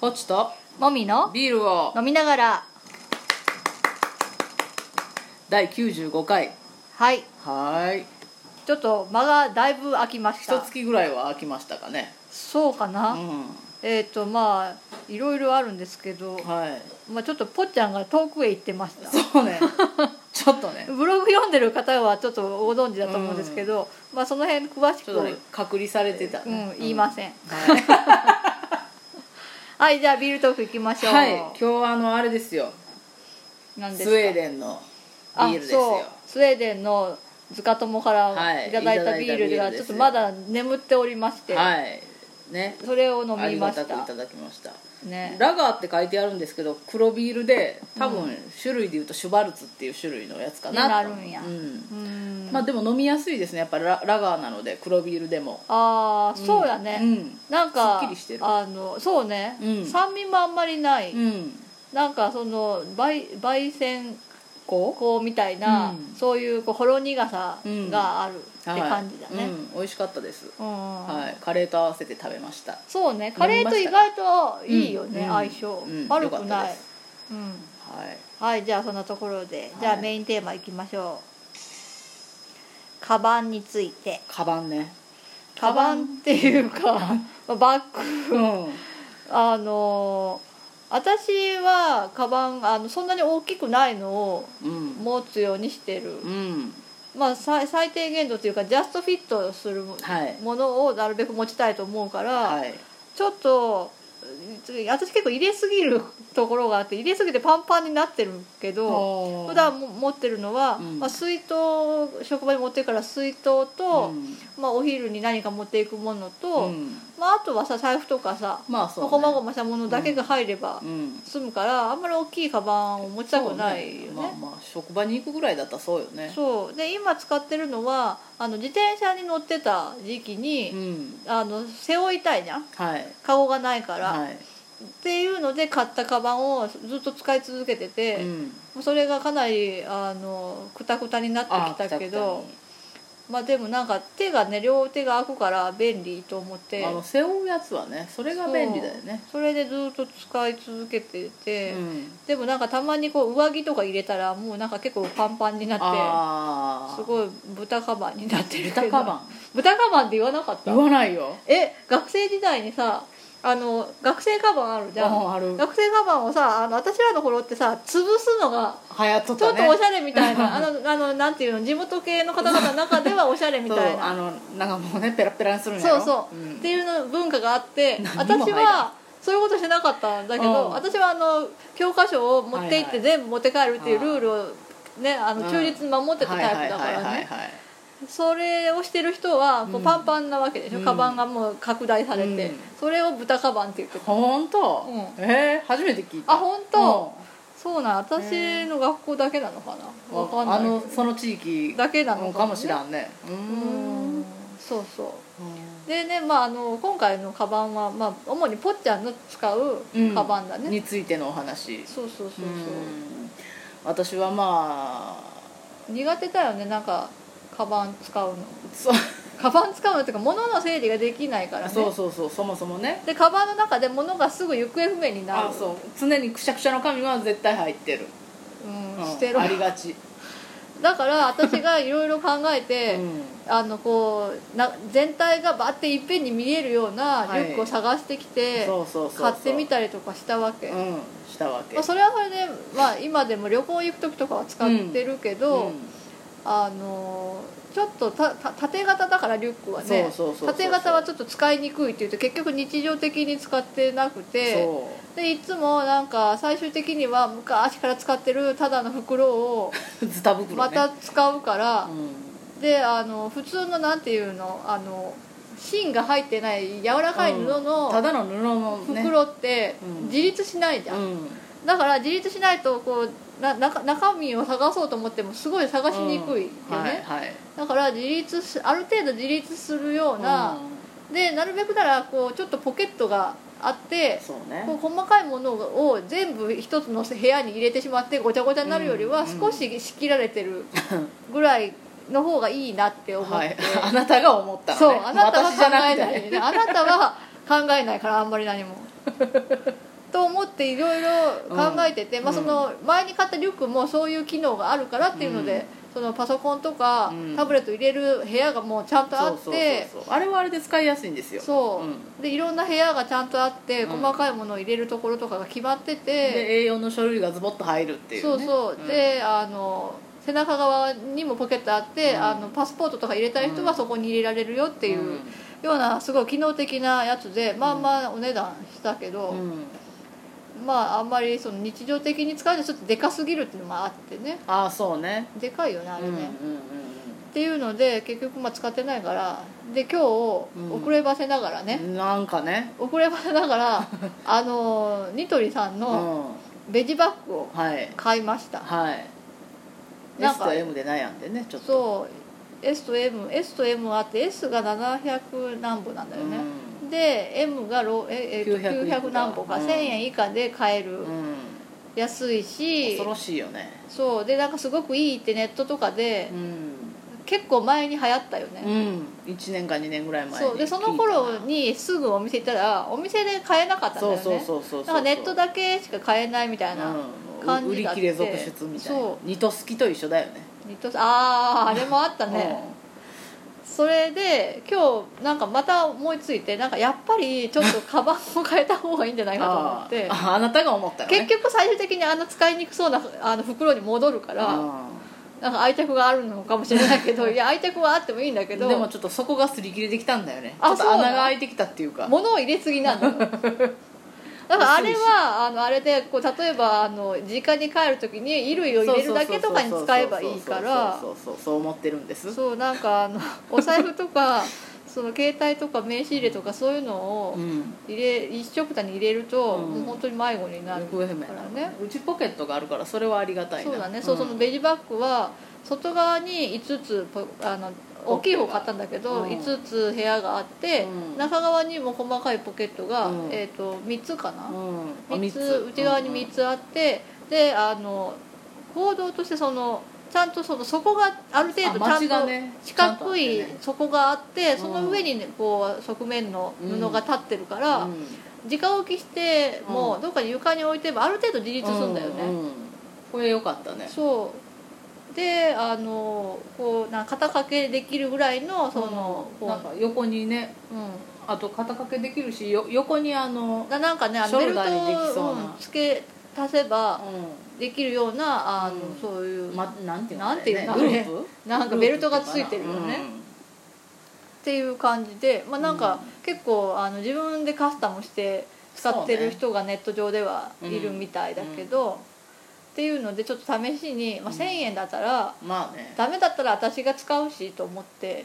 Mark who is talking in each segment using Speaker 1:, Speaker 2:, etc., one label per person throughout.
Speaker 1: ポチと
Speaker 2: もみの
Speaker 1: ビールを
Speaker 2: 飲みながら
Speaker 1: 第95回
Speaker 2: はい
Speaker 1: はーい
Speaker 2: ちょっと間がだいぶ空きまし
Speaker 1: 一
Speaker 2: た
Speaker 1: 月ぐらいは空きましたかね
Speaker 2: そうか
Speaker 1: う
Speaker 2: な、
Speaker 1: ん
Speaker 2: えっ、とまあいろいろあるんですけど、
Speaker 1: はい
Speaker 2: まあ、ちょっとぽっちゃんが遠くへ行ってました
Speaker 1: そうねちょっとね
Speaker 2: ブログ読んでる方はちょっとご存知だと思うんですけど、まあ、その辺詳し
Speaker 1: ち
Speaker 2: く
Speaker 1: ょっとね隔離されてた
Speaker 2: う
Speaker 1: ね、
Speaker 2: ん、言いません、
Speaker 1: はい、
Speaker 2: はいじゃあビールトーク行きましょう、
Speaker 1: はい、今日はあのあれですよ
Speaker 2: 何で
Speaker 1: ス
Speaker 2: すか
Speaker 1: ウェーデンのビールです
Speaker 2: あ
Speaker 1: よ
Speaker 2: そうスウェーデンのズカ友から
Speaker 1: はい
Speaker 2: いただいたビール
Speaker 1: いただいたビール
Speaker 2: が
Speaker 1: です
Speaker 2: ち
Speaker 1: よ
Speaker 2: ょっとまだ眠っておりまして、
Speaker 1: はいね
Speaker 2: それを飲
Speaker 1: あ
Speaker 2: み
Speaker 1: り
Speaker 2: ま
Speaker 1: が
Speaker 2: した
Speaker 1: くい
Speaker 2: た
Speaker 1: ただきました
Speaker 2: ね
Speaker 1: ラガーって書いてあるんですけど黒ビールで多分種類でいうとシュバルツっていう種類のやつかな
Speaker 2: になるんや
Speaker 1: うん
Speaker 2: うーん
Speaker 1: まあでも飲みやすいですねやっぱララガーなので黒ビールでも
Speaker 2: ああそうだね、
Speaker 1: うん
Speaker 2: なんか
Speaker 1: すっきりしてる
Speaker 2: あのそうね、
Speaker 1: うん
Speaker 2: 酸味もあんまりない、
Speaker 1: うん
Speaker 2: なんかその焙焙煎
Speaker 1: こ
Speaker 2: 香みたいな、
Speaker 1: うん
Speaker 2: そういうこうほろ苦さがあるって
Speaker 1: うはい
Speaker 2: 感じだね、
Speaker 1: うん美味しかったです
Speaker 2: うん
Speaker 1: はいカレーと合わせて食べました
Speaker 2: そうねカレーと意外といいよね、
Speaker 1: うん
Speaker 2: 相性、
Speaker 1: うん
Speaker 2: 悪
Speaker 1: よ
Speaker 2: く
Speaker 1: かった
Speaker 2: ない
Speaker 1: です
Speaker 2: うん
Speaker 1: はい
Speaker 2: はいじゃあそんなところで、じゃあ
Speaker 1: はい
Speaker 2: メインテーマいきましょうカバンについて
Speaker 1: カバンね
Speaker 2: カバンっていうか まあバッグ
Speaker 1: うん
Speaker 2: あの私はカバンあのそんなに大きくないのを
Speaker 1: うん
Speaker 2: 持つようにしてる、
Speaker 1: うん
Speaker 2: まあ、最最低限度というかジャストフィットする
Speaker 1: はい
Speaker 2: ものをなるべく持ちたいと思うから、
Speaker 1: はい
Speaker 2: ちょっとうん私結構入れすぎるところがあって入れすぎてパンパンになってるけど
Speaker 1: 普
Speaker 2: 普段も持ってるのは、
Speaker 1: うん
Speaker 2: まあ、水筒職場に持ってるから水筒と、まあ、お昼に何か持っていくものと、まあ、あとはさ財布とかさ
Speaker 1: まあそうね
Speaker 2: こまごましたものだけが入れば
Speaker 1: うん
Speaker 2: 済むからあんまり大きいカバンを持ちたくない
Speaker 1: そ
Speaker 2: よ
Speaker 1: うまあ
Speaker 2: ね。
Speaker 1: まあ職場に行くぐらいだったらそうよね
Speaker 2: そうで今使ってるのはあの自転車に乗ってた時期
Speaker 1: う
Speaker 2: に、
Speaker 1: ん
Speaker 2: あの背負いたいじゃん
Speaker 1: はい
Speaker 2: カゴがないから、
Speaker 1: は
Speaker 2: っていうので買ったカバンをずっと使い続けて
Speaker 1: い
Speaker 2: て
Speaker 1: う、ん
Speaker 2: それがかなりあのくたくたにな
Speaker 1: あ
Speaker 2: ってきたけど
Speaker 1: 来
Speaker 2: まあでもなんか手がね両手が空くから便利と思って
Speaker 1: た来たあの背負うやつはねそれが便利だよね
Speaker 2: そうそれでずっと使い続けてて、
Speaker 1: うん
Speaker 2: でもなんかたまにこう上着とか入れたらもうなんか結構パンパンになっ
Speaker 1: あ
Speaker 2: て
Speaker 1: あ
Speaker 2: すごい豚カバンになってるけど
Speaker 1: 豚カバン
Speaker 2: 豚カバンって言わなかった
Speaker 1: 言わないよ
Speaker 2: え学生時代にさあの学生カバンあるじゃ
Speaker 1: うん
Speaker 2: ん
Speaker 1: ある
Speaker 2: 学生カバンをさあの私らの頃ってさ潰すのが
Speaker 1: 流行っとっ
Speaker 2: ちょ
Speaker 1: た
Speaker 2: っ
Speaker 1: ね
Speaker 2: とおしゃれみたいな、あのあのなんていうの地元系の方々の中ではおしゃれみたい
Speaker 1: そうあ
Speaker 2: な
Speaker 1: のなんかもうねペラペラにするんや
Speaker 2: そう
Speaker 1: ろ
Speaker 2: そう
Speaker 1: うん
Speaker 2: っていうの文化があって
Speaker 1: 何も入
Speaker 2: 私
Speaker 1: らない
Speaker 2: はそういうことしてなかったんだけど、
Speaker 1: うん
Speaker 2: 私はあの教科書を持って行っ
Speaker 1: はいはい
Speaker 2: て全部持って帰るっていうルールをねあの忠実に守ってたタイプだか
Speaker 1: はい
Speaker 2: ら
Speaker 1: はいはい
Speaker 2: ね
Speaker 1: はいはい
Speaker 2: それをしてる人はこ
Speaker 1: う
Speaker 2: うんパンパンなわけでしょ、
Speaker 1: うん
Speaker 2: カバンがもう拡大されて、
Speaker 1: うん
Speaker 2: それを豚カバンって言ってた
Speaker 1: ほんと
Speaker 2: う
Speaker 1: えー初めて聞いた
Speaker 2: あ本当そうなん私の学校だけなのか
Speaker 1: う
Speaker 2: なんわかんない
Speaker 1: あ
Speaker 2: けど
Speaker 1: のその地域
Speaker 2: だけなのかもね
Speaker 1: かもしらんねうー
Speaker 2: うー
Speaker 1: ん
Speaker 2: んそうそうでね、まあ、あの今回のカバンは、まあ、主にぽっちゃんの使う
Speaker 1: うん
Speaker 2: カバンだね、
Speaker 1: についてのお話
Speaker 2: そうそうそう
Speaker 1: うん私はま
Speaker 2: そう苦手だよねなんかカバン使うの
Speaker 1: あそう
Speaker 2: カバン使うのっていうか物の整理ができないからね
Speaker 1: そうそうそうそもそもね
Speaker 2: でカバンの中で物がすぐ行方不明になる
Speaker 1: あそう常にくしゃくしゃの紙は絶対入ってる、
Speaker 2: うん、
Speaker 1: うん
Speaker 2: 捨てろ
Speaker 1: ありがち、
Speaker 2: だから私がいろいろ考えて、
Speaker 1: うん
Speaker 2: あのこうな全体がバッていっぺんに見えるようなリュックを探してきて、
Speaker 1: そうそうそうそう
Speaker 2: 買ってみたりとかしたわけ、
Speaker 1: うんしたわけ
Speaker 2: まあ、それはそれで、まあ、今でも旅行行く時とかは使ってるけど、
Speaker 1: うん
Speaker 2: あのちょっとたた縦型だからリュックはね
Speaker 1: そうそうそうそう
Speaker 2: 縦型はちょっと使いにくいって言って結局日常的に使ってなくて
Speaker 1: そ
Speaker 2: でいつもなんか最終的には昔から使ってるただの袋を
Speaker 1: うズタ袋ね
Speaker 2: また使うから、
Speaker 1: うん
Speaker 2: であの普通のなんていうのあの芯が入ってない柔らかい布
Speaker 1: うんた
Speaker 2: の
Speaker 1: だの布のね
Speaker 2: 袋って
Speaker 1: うん
Speaker 2: 自立しないじゃん、
Speaker 1: うん
Speaker 2: だから自立しないとこうな中中身を探そうと思ってもすごい探しにくいよね、
Speaker 1: うんはいはい
Speaker 2: だから自立しある程度自立するような、
Speaker 1: う
Speaker 2: でなるべくならこうちょっとポケットがあって
Speaker 1: んそうね
Speaker 2: こう細かいものを全部一つの部屋に入れてしまってごちゃごちゃになるより
Speaker 1: う
Speaker 2: は
Speaker 1: ん
Speaker 2: 少し仕切られてるぐらいの方がいいなって思っ
Speaker 1: は
Speaker 2: て
Speaker 1: い、あなたが思ったの、ね、
Speaker 2: そうあなたは
Speaker 1: 私じゃな
Speaker 2: 考え
Speaker 1: くて
Speaker 2: ない
Speaker 1: ね
Speaker 2: ねあなたは考えないからあんま り何もと思っていろいろ考えてて、
Speaker 1: うん
Speaker 2: まあ、その前に買ったリュックもそういう機能があるからっていうので、そのパソコンとか
Speaker 1: うん
Speaker 2: タブレット入れる部屋がもうちゃんとあ
Speaker 1: そう
Speaker 2: っ
Speaker 1: そう
Speaker 2: て
Speaker 1: そうそうあれはあれで使いやすいんですよ
Speaker 2: そう、
Speaker 1: うん
Speaker 2: でいろんな部屋がちゃんとあって
Speaker 1: うん
Speaker 2: 細かいものを入れるところとかが決まってて、
Speaker 1: で A4 の書類がズボッと入るっていう、ね、
Speaker 2: そうそう、
Speaker 1: ん
Speaker 2: であの背中側にもポケットあって、
Speaker 1: うん
Speaker 2: あのパスポートとか入れたい人
Speaker 1: う
Speaker 2: は
Speaker 1: ん
Speaker 2: そこに入れられるよっていう、
Speaker 1: うん
Speaker 2: ようなすごい機能的なやつでまあまあお値段したけど、
Speaker 1: うん
Speaker 2: まああんまりその日常的に使うとちょっとでかすぎるっていうのもあってね
Speaker 1: ああそうね
Speaker 2: でかいよねあれね、
Speaker 1: うんうん
Speaker 2: っていうので結局まあ使ってないからで今日
Speaker 1: うん
Speaker 2: 遅ればせながら
Speaker 1: う
Speaker 2: ね、
Speaker 1: んなんかね
Speaker 2: 遅ればせながら あのニトリさん
Speaker 1: う
Speaker 2: の
Speaker 1: ん
Speaker 2: ベジバッグを
Speaker 1: はい
Speaker 2: 買いました、
Speaker 1: はい
Speaker 2: なん
Speaker 1: S
Speaker 2: か
Speaker 1: と M で悩んでねちょっと
Speaker 2: そう S と MS と M あって S が700何本なんだよね、で M がろええっと
Speaker 1: 900
Speaker 2: 900何本か、
Speaker 1: うん
Speaker 2: 1000円以下で買える、
Speaker 1: うん、うん、
Speaker 2: 安いし
Speaker 1: 恐ろしいよね
Speaker 2: そうでなんかすごくいいってネットとかで
Speaker 1: う、ん、
Speaker 2: 結構前に流行ったよ
Speaker 1: う
Speaker 2: ね、
Speaker 1: ん、1年か2年ぐらい前に
Speaker 2: そうでその頃にすぐお店行ったらお店で買えなかったんだよ
Speaker 1: そう
Speaker 2: ね
Speaker 1: そうそうそう
Speaker 2: なんかネットだけしか買えないみたいな、
Speaker 1: うん
Speaker 2: 感
Speaker 1: 売
Speaker 2: じ
Speaker 1: り
Speaker 2: だって
Speaker 1: 切れ続出みたいな
Speaker 2: そ
Speaker 1: ニトスキと一緒だよね
Speaker 2: ニットあああれもあったね、それで今日なんかまた思いついてなんかやっぱりちょっとカバンを変えた方がいいんじゃな
Speaker 1: う
Speaker 2: い
Speaker 1: ん
Speaker 2: かと思
Speaker 1: あ
Speaker 2: っ
Speaker 1: ー
Speaker 2: て
Speaker 1: ああなたが思ったよね
Speaker 2: 結局最終的にあの使いにくそうなあの袋に戻るからなんか愛着があるのかもしれない けどいや愛着はあってもいいんだけ
Speaker 1: うん
Speaker 2: ど
Speaker 1: でもちょっとそこが擦り切れてきたんだよねちょ
Speaker 2: あ
Speaker 1: っと
Speaker 2: そうな
Speaker 1: 穴
Speaker 2: の
Speaker 1: が開いてきたっていう か
Speaker 2: 物を入れすぎ なのよだからあれはあのあれでこう例えばあの実家に帰る時に衣類を入れるだけとかに使えばいいから
Speaker 1: そうそうそうそうそうそう思ってるんです
Speaker 2: そうなんかあの お財布とかその携帯とか名刺入れとかそういうのを
Speaker 1: うん
Speaker 2: 入れ一緒くたに入れると、
Speaker 1: うん
Speaker 2: もう本当に迷子になる
Speaker 1: 行方不明
Speaker 2: か
Speaker 1: な
Speaker 2: ら
Speaker 1: のね
Speaker 2: ね
Speaker 1: うちポケットがあるからそれはありがたいな
Speaker 2: そうだね、そうその
Speaker 1: ん
Speaker 2: ベジバッグは外側に5つポあの大きい方買ったんだけど、
Speaker 1: うん
Speaker 2: 5つ部屋があって、
Speaker 1: うん
Speaker 2: 中側にも細かいポケットが、
Speaker 1: うん
Speaker 2: えー、と3つかな、
Speaker 1: うんあ
Speaker 2: 三
Speaker 1: 三
Speaker 2: つ内側に3つあって、であの行動としてそのちゃんとその底がある程度
Speaker 1: あ街
Speaker 2: ちゃ
Speaker 1: が
Speaker 2: んと
Speaker 1: ね
Speaker 2: 四角い
Speaker 1: ちゃんとあってね
Speaker 2: 底があって
Speaker 1: ん
Speaker 2: その上にねこう側面の布が立ってるか
Speaker 1: うん
Speaker 2: ら
Speaker 1: うん
Speaker 2: 直置きして
Speaker 1: う
Speaker 2: も
Speaker 1: ん
Speaker 2: どっかに床に置いてればある程度自立するんだよ
Speaker 1: う
Speaker 2: ね
Speaker 1: んうんこれ良かったね
Speaker 2: そうであのこうなんか肩掛けできるぐらいのそのこ
Speaker 1: なんか横にね
Speaker 2: ううん
Speaker 1: あと肩掛けできるしよ横にあの
Speaker 2: ななんかねあ
Speaker 1: シ
Speaker 2: の
Speaker 1: ョル
Speaker 2: ベルト
Speaker 1: ダーにできそう
Speaker 2: を
Speaker 1: な
Speaker 2: うんつけ足せば
Speaker 1: う
Speaker 2: できるようなあの
Speaker 1: うん
Speaker 2: そういうん
Speaker 1: まなんていうの
Speaker 2: なんていうの
Speaker 1: あれねグループ
Speaker 2: なんかベルトがついてるよね、っ
Speaker 1: うん
Speaker 2: ていう感じで、まあ、なん
Speaker 1: うん
Speaker 2: か結構あの自分でカスタムして使って
Speaker 1: そうね
Speaker 2: る人がネット上ではいるみたいだけど、っていうのでちょっと試しに、まあ、
Speaker 1: うん
Speaker 2: 1,000円だったら、
Speaker 1: まあね
Speaker 2: ダメだったら私が使うしと思って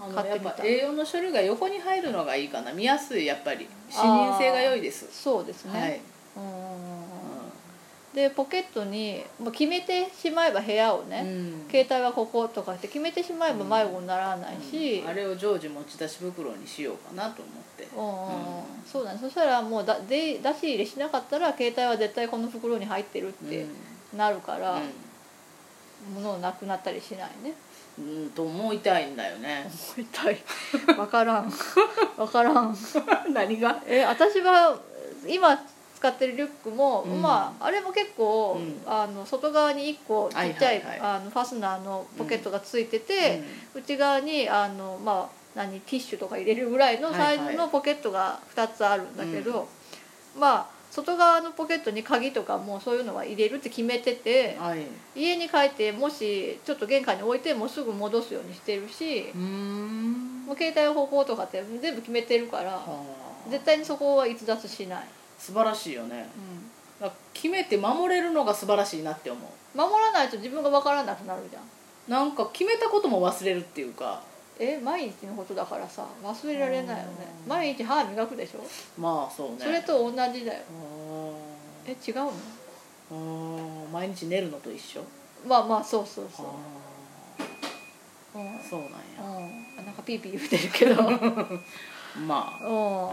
Speaker 1: あの
Speaker 2: 買って
Speaker 1: やっ
Speaker 2: みた
Speaker 1: ぱ A4 の書類が横に入るのがいいかな見やすいやっぱり視認性が良いです
Speaker 2: そうですね、
Speaker 1: はい、
Speaker 2: うーん
Speaker 1: う
Speaker 2: でポケットにもう決めてしまえば部屋をね、
Speaker 1: ん
Speaker 2: 携帯はこことかって決めてしまえば迷子にならないし、
Speaker 1: うんあれを常時持ち出し袋にしようかなと思って
Speaker 2: うんうん
Speaker 1: うん
Speaker 2: うんそうだねそしたらもうだで出し入れしなかったら携帯は絶対この袋に入ってるってなるから、物なくなったりしないね
Speaker 1: うん、うんと思いたいんだよね
Speaker 2: 一体分から ん分からん
Speaker 1: 何が
Speaker 2: え私は今使ってるリュックも、
Speaker 1: うん
Speaker 2: まああれも結構、
Speaker 1: うん
Speaker 2: あの外側に1個ちっちゃい,、
Speaker 1: はいはいはい
Speaker 2: あのファスナーのポケットがついてて、内側にあのまあ何ティッシュとか入れるぐらいのサイ
Speaker 1: は
Speaker 2: ズ
Speaker 1: いは
Speaker 2: の
Speaker 1: い
Speaker 2: ポケットが2つあるんだけど、まあ外側のポケットに鍵とかもうそういうのは入れるって決めてて
Speaker 1: うん、はい
Speaker 2: 家に帰ってもしちょっと玄関に置いてもすぐ戻すようにしてるし
Speaker 1: うーん
Speaker 2: もう携帯方法とかって全部決めてるから
Speaker 1: あー
Speaker 2: 絶対にそこは逸脱しない、
Speaker 1: 素晴らしいよねだから決めて守れるのが素晴らしいなって思
Speaker 2: 守らないと自分が分からなくなるじゃん
Speaker 1: うなんか決めたことも忘れるっていうか
Speaker 2: え毎日のことだからさ忘れられないよね
Speaker 1: うん
Speaker 2: 毎日歯磨くでしょ、
Speaker 1: まあそうね
Speaker 2: それと同じだよ
Speaker 1: う
Speaker 2: え違うの
Speaker 1: ーんうーん毎日寝るのと一緒
Speaker 2: まあまあそうそうそう
Speaker 1: あ
Speaker 2: うん、うん
Speaker 1: ーそうなんや
Speaker 2: なんかピーピー言ってるけどう ん
Speaker 1: まあ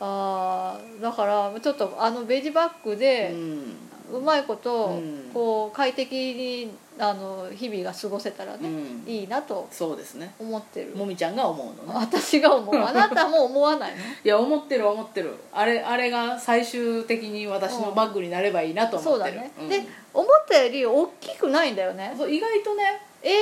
Speaker 2: あーだからちょっとあのベジバッグ
Speaker 1: う
Speaker 2: で、
Speaker 1: ん
Speaker 2: ううまいこと、
Speaker 1: うん
Speaker 2: こう快適にあの日々が過ごせたら
Speaker 1: う
Speaker 2: ね、
Speaker 1: ん
Speaker 2: いいなと
Speaker 1: そうですね
Speaker 2: 思ってる
Speaker 1: もみちゃんが思うのね
Speaker 2: 私 が思うあなたも思わないの
Speaker 1: いや思ってる思ってるあれあれが最終的に私のバッグになればいいなと
Speaker 2: そ
Speaker 1: 思
Speaker 2: う
Speaker 1: っ
Speaker 2: だ
Speaker 1: てる
Speaker 2: ね、
Speaker 1: ん
Speaker 2: で思ったより大きくないんだよね
Speaker 1: そう意外とね
Speaker 2: A4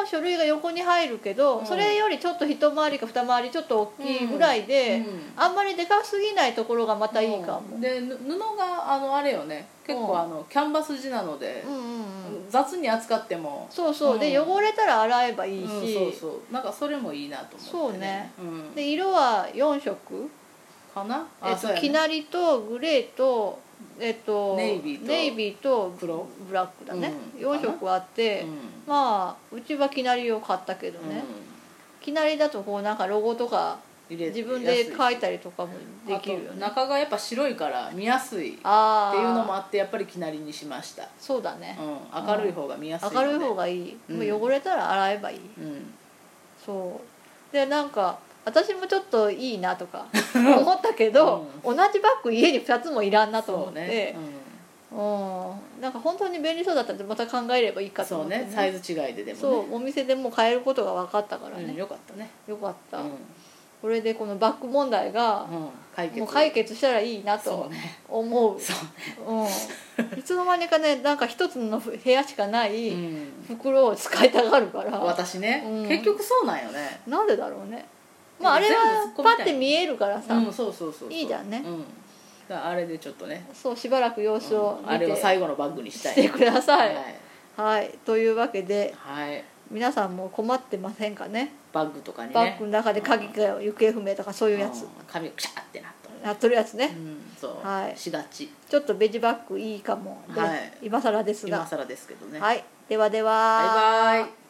Speaker 2: の書類が横に入るけど、
Speaker 1: うん
Speaker 2: それよりちょっと一回りか二回りちょっと大きいぐらいで、
Speaker 1: うん
Speaker 2: あんまりでかすぎないところがまたいいかも、
Speaker 1: でぬ布があのあれよね結
Speaker 2: うん
Speaker 1: 構あのキャンバス地なので
Speaker 2: うん、うんうん
Speaker 1: 雑に扱っても
Speaker 2: そうそう、で
Speaker 1: うん
Speaker 2: 汚れたら洗えばいいし、
Speaker 1: うんそうそうなんかそれもいいなと思ってそうね、うん、
Speaker 2: で色は4色、
Speaker 1: かなあ
Speaker 2: えっ
Speaker 1: そ
Speaker 2: と
Speaker 1: うやね
Speaker 2: きなりとグレーと,、えっと
Speaker 1: ネイビーと
Speaker 2: ネイビーと
Speaker 1: 黒
Speaker 2: ブラックだね、
Speaker 1: うん
Speaker 2: 四4色あって、
Speaker 1: うん
Speaker 2: まあうちはきなりを買ったけどね、きなりだとこうなんかロゴとか
Speaker 1: うん入れ
Speaker 2: 自分で書いた
Speaker 1: り
Speaker 2: りとかもできるよね
Speaker 1: 中がやっぱ白いから見やすいって
Speaker 2: ああ
Speaker 1: いうのも
Speaker 2: あ
Speaker 1: あってやっぱりきなりにしました、
Speaker 2: そうだね
Speaker 1: う、ん、明るい方が見やすいの
Speaker 2: 明
Speaker 1: で
Speaker 2: るい方がいい、
Speaker 1: うん
Speaker 2: もう汚れたら洗えばいい
Speaker 1: うん
Speaker 2: そうでなんか私もちょっといいな とか思ったけど、同じバッグ家に2つもいらんなと思
Speaker 1: そ
Speaker 2: っ
Speaker 1: う
Speaker 2: て
Speaker 1: ね、
Speaker 2: うんなんか本当に便利そうだったらまた考えればいい
Speaker 1: うん
Speaker 2: かと
Speaker 1: そ
Speaker 2: 思
Speaker 1: う
Speaker 2: って、
Speaker 1: ねサイズ違いでで
Speaker 2: そ
Speaker 1: もね
Speaker 2: うお店でもう買えることが分かったから
Speaker 1: うん
Speaker 2: ね、
Speaker 1: よかったね
Speaker 2: よかった、
Speaker 1: うん
Speaker 2: これでこのバッグ問題が
Speaker 1: うん解決
Speaker 2: もう解決したらいいなと
Speaker 1: そうね
Speaker 2: 思う
Speaker 1: そう
Speaker 2: うん、いつの間にかねなんか一つの部屋しかない、
Speaker 1: ね、うん、
Speaker 2: 袋を使いたがるから
Speaker 1: 私ね、
Speaker 2: うん
Speaker 1: 結局そうなんよね
Speaker 2: なんでだろうねまああれ
Speaker 1: 全部
Speaker 2: は
Speaker 1: 突っ込みたい
Speaker 2: パッて見えるからさ、
Speaker 1: うんそうそうそうそう
Speaker 2: いいじゃんね
Speaker 1: うん、だからあれでちょっとね
Speaker 2: そうしばらく様子を
Speaker 1: うんあ
Speaker 2: 見
Speaker 1: れ
Speaker 2: て
Speaker 1: を最後のバッグにした
Speaker 2: し
Speaker 1: い
Speaker 2: てください
Speaker 1: は
Speaker 2: はいい、というわけで
Speaker 1: はい
Speaker 2: 皆さんも困ってませんかね
Speaker 1: バッグとかにね
Speaker 2: バッグの中で鍵が行方不明とかそういうやつ
Speaker 1: うん、髪をクシャーってなっとる
Speaker 2: なっとるやつ
Speaker 1: う
Speaker 2: ね
Speaker 1: んそう、
Speaker 2: はい
Speaker 1: しがち
Speaker 2: ちょっとベジバッグいいかも、で
Speaker 1: はい
Speaker 2: 今更です
Speaker 1: 今
Speaker 2: が、
Speaker 1: 更ですけどね
Speaker 2: はいではでは
Speaker 1: バイバイ